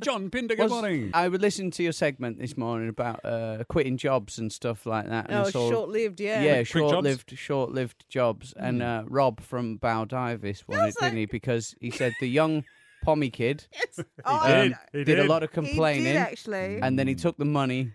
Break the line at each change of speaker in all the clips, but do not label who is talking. John Pinder, good
Was-
morning.
I would listen to your segment this morning about uh, quitting jobs and stuff like that. and I
Oh,
saw-
short-lived, yeah.
Yeah,
Quick jobs? Hmm.
short-lived, short-lived jobs. And uh, Rob from Bow Divis won it, didn't he? Because he said the young pommy kid um,
Yes. Oh,
He
I
did.
know.
He
did,
did.
a lot of
He
complaining,
did actually.
and then he took the money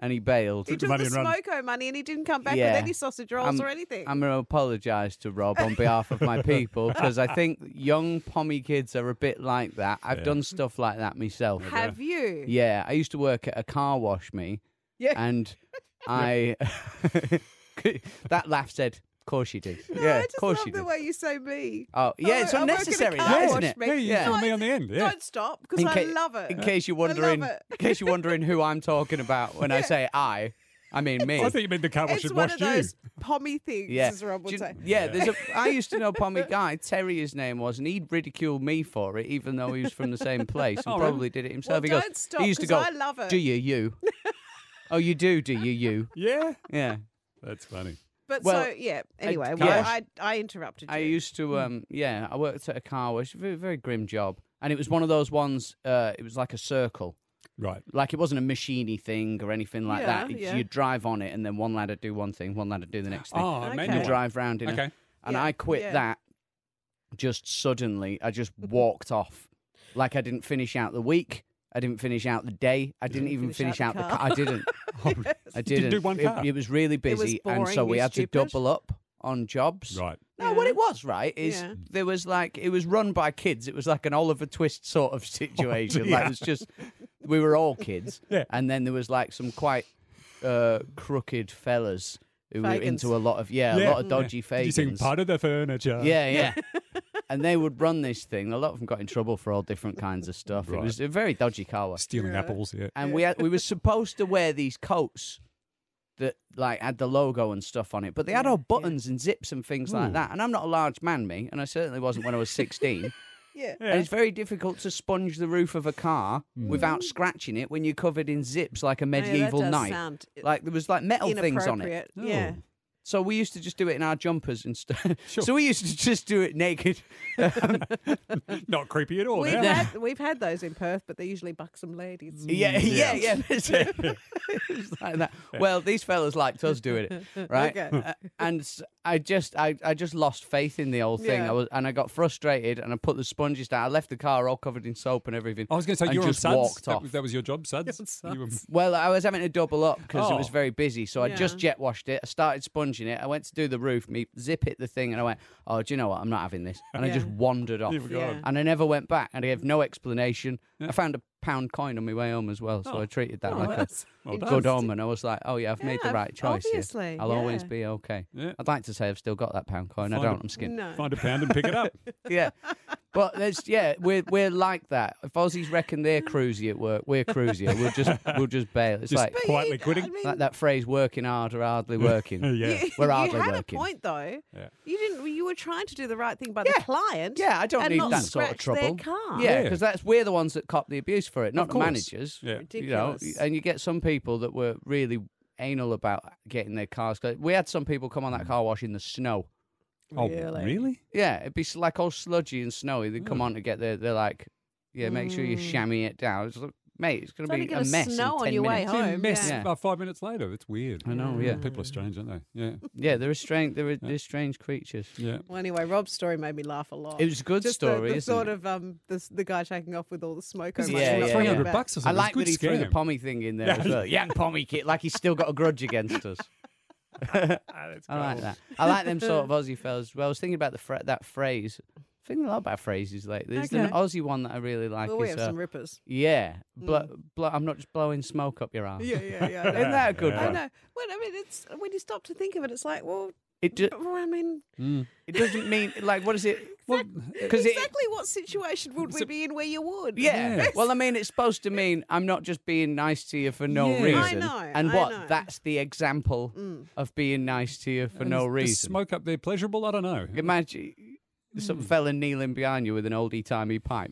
and he bailed.
he
Took the
took the,
money and run.
smoko money and he didn't come back
Yeah.
with any sausage rolls
I'm-
or anything.
I'm going to apologise to Rob on behalf of my people because I think young pommy kids are a bit like that. I've done stuff like that myself.
Have you?
Yeah, I used to work at a car wash, me.
Yeah.
And I. that laugh said, of course you did.
No,
yeah,
I
of
just
course
love
you
the
did.
way you say me.
Oh, yeah,
Oh,
it's
I work at a
unnecessary,
car
that,
wash,
isn't it?
mate.
Hey, you
Yeah.
threw me on the end. Yeah.
Don't stop because
In
I
ca-
love it.
In case you're wondering,
I love
in case you're wondering who I'm talking about when I say I, I mean me.
I think you meant the car
it.
wash
It's
had
one of
washed you.
those pommy things,
Yeah.
as Rob
Do
would
you-
say.
yeah, there's a. I used to know a pommy guy, Terry, his name was, and he'd ridicule me for it, even though he was from the same place and
Oh, really?
probably did it himself.
Well,
he goes,
don't stop,
he used to go,
'cause I love it.
Do you, you? oh, you do, do you, you?
Yeah.
Yeah.
That's funny.
But
Well,
so yeah. Anyway,
car
well,
wash.
I I interrupted you.
I used to, um, yeah, I worked at a car wash, very, very grim job. And it was one of those ones, uh, it was like a circle.
Right.
Like it wasn't a machiney thing or anything like that.
Yeah,
It's-
yeah.
You'd drive on it and then one lad would do one thing, one lad would do the next thing.
Oh,
Okay.
and you
manual.
manual.
drive round in a-
Okay.
And
Yeah,
I quit
yeah.
that just suddenly. I just walked off. Like I didn't finish out the week. I didn't finish out the day. I didn't even finish, out, the, car. I didn't. I
Didn't
didn't.
do one
It-
car.
It, was really
was
busy, and
boring,
so we
you
had to
stupid.
double up on jobs.
Right.
No, what
Yeah.
it was, right, is
Yeah.
there was like, it was run by kids. It was like an Oliver Twist sort of situation. like, it was just, we were all kids.
Yeah.
And then there was like some quite uh, crooked fellas who were
Fagans.
into a lot of, yeah, a
Yeah.
lot of dodgy
Did you sing
fagans.
part of the furniture?
Yeah, yeah. and they would run this thing. A lot of them got in trouble for all different kinds of stuff. It
Right.
was a very dodgy car wash.
Stealing apples. Yeah.
And we had, we were supposed to wear these coats that like had the logo and stuff on it, but they
Mm,
had all buttons and zips and things
Hmm.
like that. And I'm not a large man, me, and I certainly wasn't when I was 16.
yeah. Hmm.
And it's very difficult to sponge the roof of a car without scratching it when you're covered in zips like a
Oh, that
medieval
does
knight.
sound
like there was like metal things on it.
Inappropriate. Yeah.
So we used to just do it in our jumpers and stuff. So we used to just do it naked.
Not creepy
Oh,
at all.
We've
now.
had we've had those in Perth, but they're usually buxom ladies.
Yeah, yeah, yeah. it was like that. Well, these fellas liked us doing it, right?
Okay.
Uh, and s- I just, I, I just lost faith in the whole thing.
Yeah.
I was, and I got frustrated, and I put the sponges down. I left the car all covered in soap and everything.
I was going to say
and
you were on
just
Suds.
walked
That
off.
was, that was your job, Suds. You were-
Well, I was having to double up because it was
Oh.
very busy. So I just jet washed it. I started sponging it. I went to do the roof, me zip it the thing, and I went, oh, do you know what? I'm not having this. And I just
Yeah.
wandered off.
You were gone.
Yeah.
And I never went back. And I gave no explanation. I found a pound coin on my way home as well. So I treated
Oh,
that like a
Well done.
good omen. I was like, oh, yeah, I've made the
Yeah,
right choice. here.
obviously,
I'll always
yeah.
be okay.
Yeah.
I'd like to say I've still got that pound coin. I
Find
don't.
a-
I'm skinned.
No.
Find a pound and pick it up.
Yeah. But there's yeah, we're we're like that. If Aussies reckon they're cruisy at work, we're cruisier. We'll just we'll just bail. It's
Just
like
But
quietly
you-
quitting.
I mean,
like that phrase working hard or hardly working.
yeah.
you,
We're
you
hardly
had
working.
a point though.
Yeah.
You didn't. You were trying to do the right thing by
Yeah.
the client.
Yeah, I don't
and
need
not
that sort of
scratch
trouble.
Their car.
Yeah,
Yeah.
because that's we're the ones that cop the abuse for it, not the
course.
managers.
Yeah.
You know, uh,
Ridiculous.
and you get some people that were really anal about getting their cars. We had some people come on
Mm.
that car wash in the snow.
Oh,
Really?
really?
Yeah, it'd be s- like all sludgy and snowy. They
Hmm.
come on to get their. They're like, yeah, make sure you chamois it down. It's like, mate, it's going to
Trying
be
Hmm. to get
a
a
mess. in
snow on
10
your way
minutes.
See,
Home,
mess
yeah.
about five minutes later. It's weird.
I know, yeah.
People are strange, aren't they? Yeah.
Yeah, they're strange. They're, they're strange creatures.
Yeah.
Well, anyway, Rob's story made me laugh a lot.
It was a good
Just
story,
The, the
isn't
sort
it?
of um, the, the guy taking off with all the smoke.
It's
over
Yeah,
his
yeah,
head.
300
yeah.
bucks or something.
I
It's
like
a good
that he threw the
scam.
pommy thing in there as well. Young pommy kid, like he's still got a grudge against us. Ah, I like that. I like them sort of Aussie fellas. as Well, I was thinking about the fra- that phrase. Thinking a lot about phrases lately. There's an
Okay.
Aussie one that I really like.
Well, we
is,
have
uh,
some rippers.
yeah, blo- blo- I'm not just blowing smoke up your arse.
Yeah, yeah, yeah.
Isn't that a good
I
one?
know. Well, I mean, it's when you stop to think of it, it's like, well,
It do-
but, well, I mean,
it doesn't mean like what is it? Because it
exactly what situation would we be in where you would?
Yeah.
Yeah.
Well, I mean, it's supposed to mean I'm not just being nice to you for no
Yeah. I
reason.
know,
And
I
what?
know.
That's the example
Mm.
of being nice to you for no
Is
reason.
smoke up there pleasurable? I don't know.
Imagine some fella kneeling behind you with an oldie timey pipe.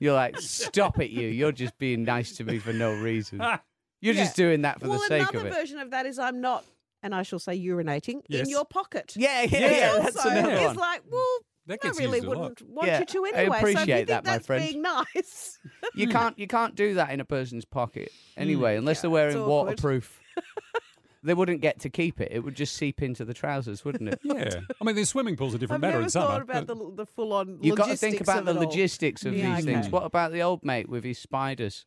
You're like, stop it, you. You're just being nice to me for no reason.
Ah,
You're just doing that for
well,
the sake of
another
it.
version of that is I'm not, and I shall say urinating
Yes.
in your pocket.
yeah, yeah, yeah, that's
also
another
is
one.
like, well,
That
I
gets
really
used a lot.
wouldn't want
Yeah,
you to
I
anyway. so if you
appreciate
think
that, my
that's
friend.
being nice.
You can't you can't do that in a person's pocket anyway, unless they're
Hmm.
wearing
it's awkward.
waterproof. they wouldn't get to keep it. It would just seep into the trousers, wouldn't it?
Yeah, I mean the swimming pool's a different
I've
matter
never
in summer.
thought about
but-
the, the full on.
You've got to think about the logistics of
Yeah,
these
okay.
things. What about the old mate with his spiders?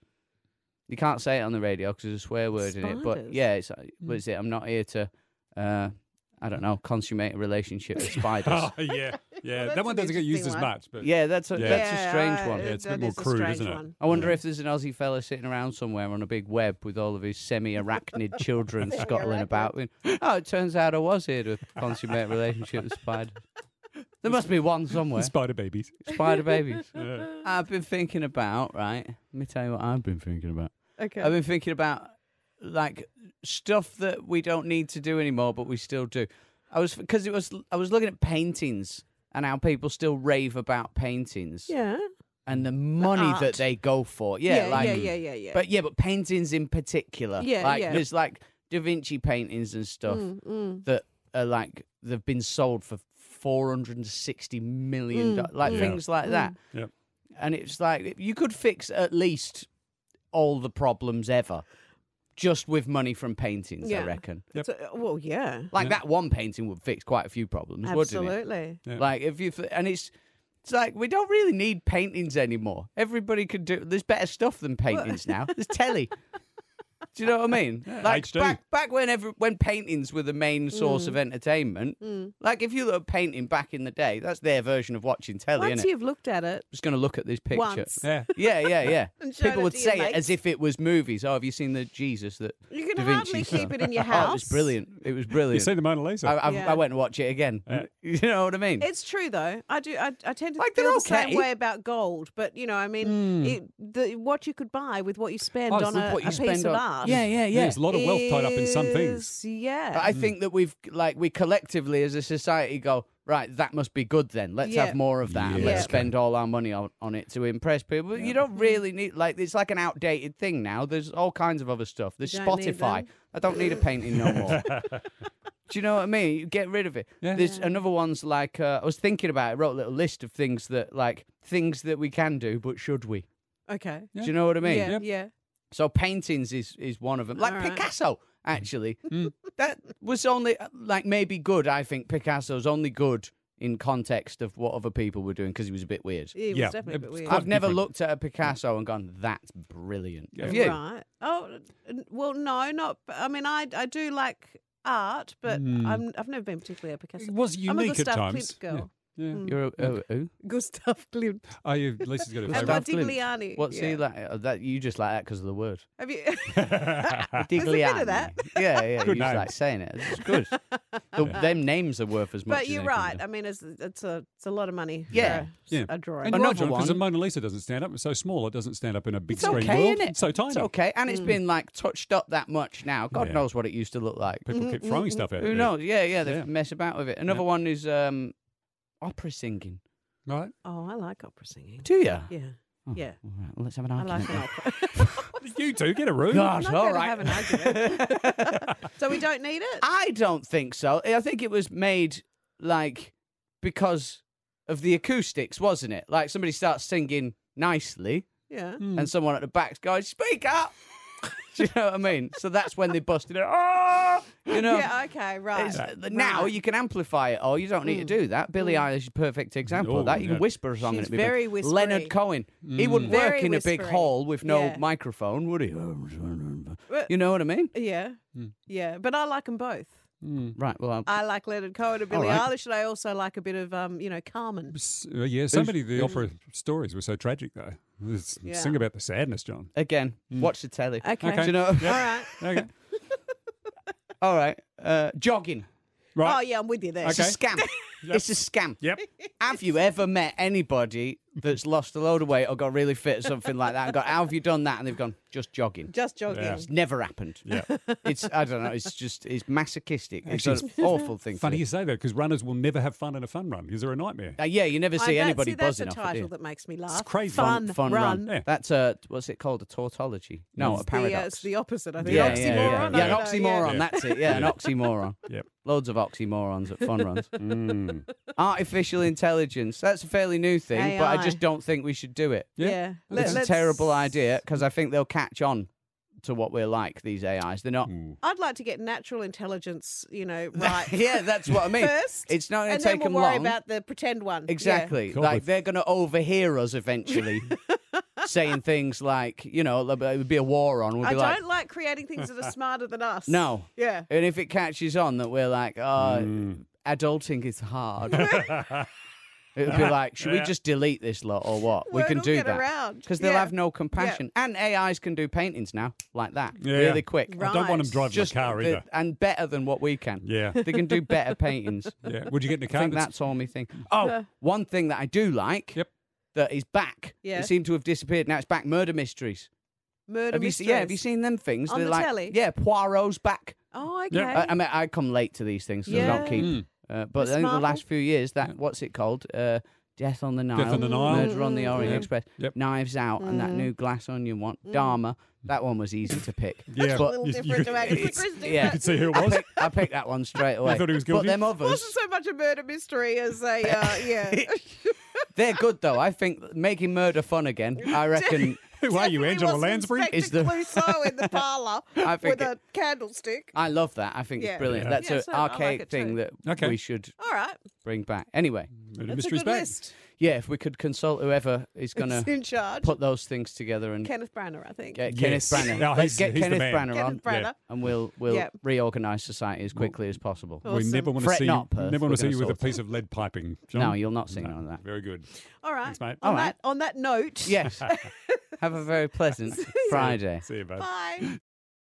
You can't say it on the radio because there's a swear word in it. But
Spiders? Hmm.
yeah, it's uh, what is it? I'm not here to, uh, I don't know, consummate a relationship with spiders.
Oh, yeah, yeah.
that's
that one
an
doesn't get
interesting
used as
one.
much, but
yeah, that's a,
Yeah.
that's a strange
uh,
one.
Yeah, it's a bit more crude, isn't it?
I wonder if there's an Aussie fella sitting around somewhere on a big web with all of his semi-arachnid children scuttling about. going, Oh, it turns out I was here to consummate a relationship with spiders. There must be one somewhere.
spider babies.
Spider babies.
Yeah.
I've been thinking about, right? Let me tell you what I've been thinking about.
Okay.
I've been thinking about like stuff that we don't need to do anymore, but we still do. I was because it was I was looking at paintings and how people still rave about paintings
yeah.
and the money
art.
that they go for. Yeah,
yeah,
like
yeah, yeah, yeah, yeah.
but yeah, but paintings in particular.
Yeah,
like
yeah. Mm.
there's like Da Vinci paintings and stuff that are like they've been sold for four hundred and sixty million,
Mm.
dollars, like
Yeah.
things like that.
Yep.
And it's like you could fix at least all the problems ever just with money from paintings. I
Yeah.
reckon.
Yep.
So, uh, well, yeah.
Like that one painting would fix quite a few problems, wouldn't it?
Absolutely.
Yeah.
Like if you and it's it's like we don't really need paintings anymore. Everybody could do. There's better stuff than paintings now. There's telly. Do you know what I mean? like
HD.
back back when every, when paintings were the
Mm.
main source of entertainment. Like if you look at painting back in the day, that's their version of watching telly,
Once
isn't it?
you've looked at it
Just going to look at this picture.
once,
Yeah.
Yeah, yeah, yeah.
And shown
People
it
would
to your
say it
mates.
as if it was movies. Oh, have you seen the Jesus that
you can
Da
hardly
Vinci
keep it in your
Oh, it
house.
was brilliant. It was
You
brilliant.
see the Mona Lisa?
I, I,
Yeah.
I went and watched it again.
Yeah.
You know what I mean?
It's true though. I do. I, I tend to
Like, they're Hmm.
feel the same
okay.
way about gold, but you know, I mean, it, the, what you could buy with what you spend
Oh, it's
on
with
a,
what you
a piece
spend
of
on-
art.
yeah, yeah, yeah.
There's a lot of wealth tied up in some things.
is- Yeah.
But
Mm.
I think that we've like we collectively as a society go right. That must be good then. Let's
Yeah. Mm.
have more of that. and
Yeah.
Let's
Yeah.
spend all our money on, on it to impress people. But You don't really need like it's like an outdated thing now. There's all kinds of other stuff. There's
You don't need
Spotify.
them.
I don't need a painting no more. Do you know what I mean? You get rid of it.
Yeah.
There's another one's like uh, I was thinking about. it. I wrote a little list of things that like things that we can do, but should we?
okay.
Yeah.
Do you know what I mean?
Yeah,
Yep.
yeah.
So paintings is is one of them. Like
All right.
Picasso, actually, that was only uh, like maybe good. I think Picasso's only good in context of what other people were doing because he was a bit weird.
It was
Yeah.
definitely a bit
It's
weird.
quite
I've never
different.
looked at a Picasso and gone, "That's brilliant."
Yeah.
Have you?
Right. Oh, n- well, no, not. I mean, I I do like art, but I'm I've never been particularly a
It
Picasso.
was
I'm a
Hmm. unique at
Gustav
times.
Klimt girl.
Yeah. yeah.
Hmm.
You're a, a, who?
Gustav Klimt.
Oh, you Lisa's got a favourite.
Gustav
Gustav Digliani.
What's he
yeah.
like? Uh, That you just like that because of the word
Have you?
Digliani.
bit of that.
yeah, yeah.
Good
you just
name.
like saying it. It's good. the, them names are worth as much.
but
as
you're
anything,
right.
though.
I mean, it's it's a it's a lot of money. for
Yeah.
a-
Yeah.
A drawing.
And you're right,
Another
John, because the
one.
Mona Lisa doesn't stand up. It's so small, it doesn't stand up in a big
It's
screen
okay,
world.
innit?
It's so tiny.
It's okay, and
Mm.
it's been like touched up that much now. God
Yeah.
knows what it used to look like.
Mm-hmm,
People keep throwing stuff at it.
Who knows? Yeah, yeah, they
Yeah.
mess about with it. Another one is um, opera singing.
Right?
Oh, I like opera singing.
Do you?
Yeah, yeah.
All right, well, let's have an
I
argument.
like an
then.
opera.
You two, get a room.
God,
I'm not
all
gonna
right.
have an argument. so we don't need it.
I don't think so. I think it was made like because of the acoustics, wasn't it? Like somebody starts singing nicely,
Yeah.
and someone at the back's going, "Speak up." Do you know what I mean? So that's when they busted it. Oh, you know.
Yeah. Okay. Right.
It's- Now
Right.
you can amplify it, or you don't need to do that. Billie Eilish is a perfect example of
Oh,
that. You
yeah.
can whisper a song
Hmm. She's
and it'd be
very
brilliant.
whispery.
Leonard Cohen. He
Mm.
wouldn't
Mm. Very
work in a big
whispery.
hall with no
Yeah.
microphone, would he?
But-
You know Hmm. what I mean?
Uh, Yeah. Yeah. But I like them both.
Mm.
Right. Well, i
I like Leonard Cohen and Billie
right.
Eilish, and I also like a bit of um, you know, Carmen.
S- uh, yeah, so many of the opera stories were so tragic, though. Let's
Yeah.
Sing about the sadness, John.
again,
mm.
watch the telly.
Okay.
Do you know?
All right.
Okay.
All right. Uh, jogging.
Oh
Right.
yeah, I'm with you there.
It's a scam. It's a scam.
Yep.
Have you ever met anybody that's lost a load of weight or got really fit or something like that and got, how have you done that? And they've gone, just jogging.
Just jogging.
Yeah.
It's never happened.
Yeah.
It's I don't know. It's just it's masochistic. It's
Actually,
an awful thing. to
Funny
do.
you say that because runners will never have fun in a fun run because they're a nightmare.
Uh, yeah, you never
I-
see
that-
anybody
see, that's
buzzing
a
off it, do you?
title that makes me laugh.
crazy.
Fun,
fun
run.
run.
Yeah.
That's a what's it called? A tautology? No,
It's
a
the, uh,
paradox.
it's the opposite, I think.
yeah,
oxymoron.
yeah, yeah,
I
yeah.
don't
an
know, yeah.
oxymoron. That's it. Yeah, an
Yeah.
oxymoron.
Yep.
Loads of oxymorons at fun runs.
Mm.
Artificial intelligence. That's a fairly new thing, but I
AI.
just don't think we should do it.
Yeah.
Yeah. Let-
It's a
let's-
terrible idea because I think they'll catch on to what we're like. These AIs, they're not.
Mm.
I'd like to get natural intelligence, you know, right
yeah, that's what I mean.
first.
It's not going
and
to
then
take
we'll
them
worry
long.
about the pretend one. Yeah.
Exactly.
Cool.
Like they're going to overhear us eventually, saying things like, you know, like, it would be a war on. We'll
I
be like,
don't like creating things that are smarter than us.
no.
Yeah.
And if it catches on that we're like, oh,
Mm.
adulting is hard, it would be like, should we
Yeah.
just delete this lot or what? we
Word
can
will
do
get
that
around.
because they'll
Yeah.
have no compassion. And AIs can do paintings now like that,
Yeah.
really quick.
I don't
Right.
want them driving
Just
a car
the-
either.
and better than what we can.
Yeah.
they can do better paintings.
yeah. Would you get in a
I
car?
think
that's-
that's all me thing. Oh,
Yeah.
one thing that I do like
Yep.
that is back.
Yeah.
It seemed to have disappeared. Now it's back. Murder mysteries.
Murder
have you seen? Yeah, have you
mysteries.
seen them things?
On
They're
the
like,
telly?
Yeah, Poirot's back.
Oh, okay.
Yeah.
I, I mean, I come late to these things, so I don't
Yeah.
keep.
Mm.
Uh, but I
Miss
think
Marvel?
the last few years, that what's it called? Uh, Death on the Nile,
on the Nile. Mm.
Murder on the Orient
Yeah.
Express,
Yep.
Knives Out, and
Mm.
that new Glass Onion one, Dharma. That one was easy to pick.
Yeah.
A little
You-
different
you-
to Agatha
it's-
Christie.
yeah.
You could see who it
I
was.
picked, I picked that one straight away.
thought he was
But
guilty?
them
It wasn't
others,
so much a murder mystery as a, uh, yeah.
they're good though. I think making murder fun again. I reckon.
Who are you,
Definitely
Angela
wasn't
Lansbury?
Inspector
Is the-
Clouseau in the parlour
I think
with a candlestick.
I love that. I think
Yeah.
it's brilliant.
Yeah.
That's
Yeah,
an
so I like
archaic
it
thing
too.
that
Okay.
we should
All right.
bring back. Anyway,
Murder
That's a
mysteries
good
back.
list.
yeah, if we could consult whoever is going
It's
to
in charge.
put those things together and
Kenneth Branagh, I think.
get
Yes.
Kenneth Branagh.
No,
Let's
he's-
get
he's the
Kenneth
man.
Branagh on,
Kenneth Branagh.
Yeah.
and we'll we'll
Yeah.
reorganise society as quickly as possible.
Cool.
We
Awesome.
never want to
Fret
see
not,
you.
Perth.
Never
We're
want to see
gonna
you with a
sort
piece of lead piping. John.
No, you'll not see none of that.
Very good.
All right.
Thanks, mate.
On,
All right.
That, on that note.
Yes. Have a very pleasant Friday.
See you, bud.
Bye.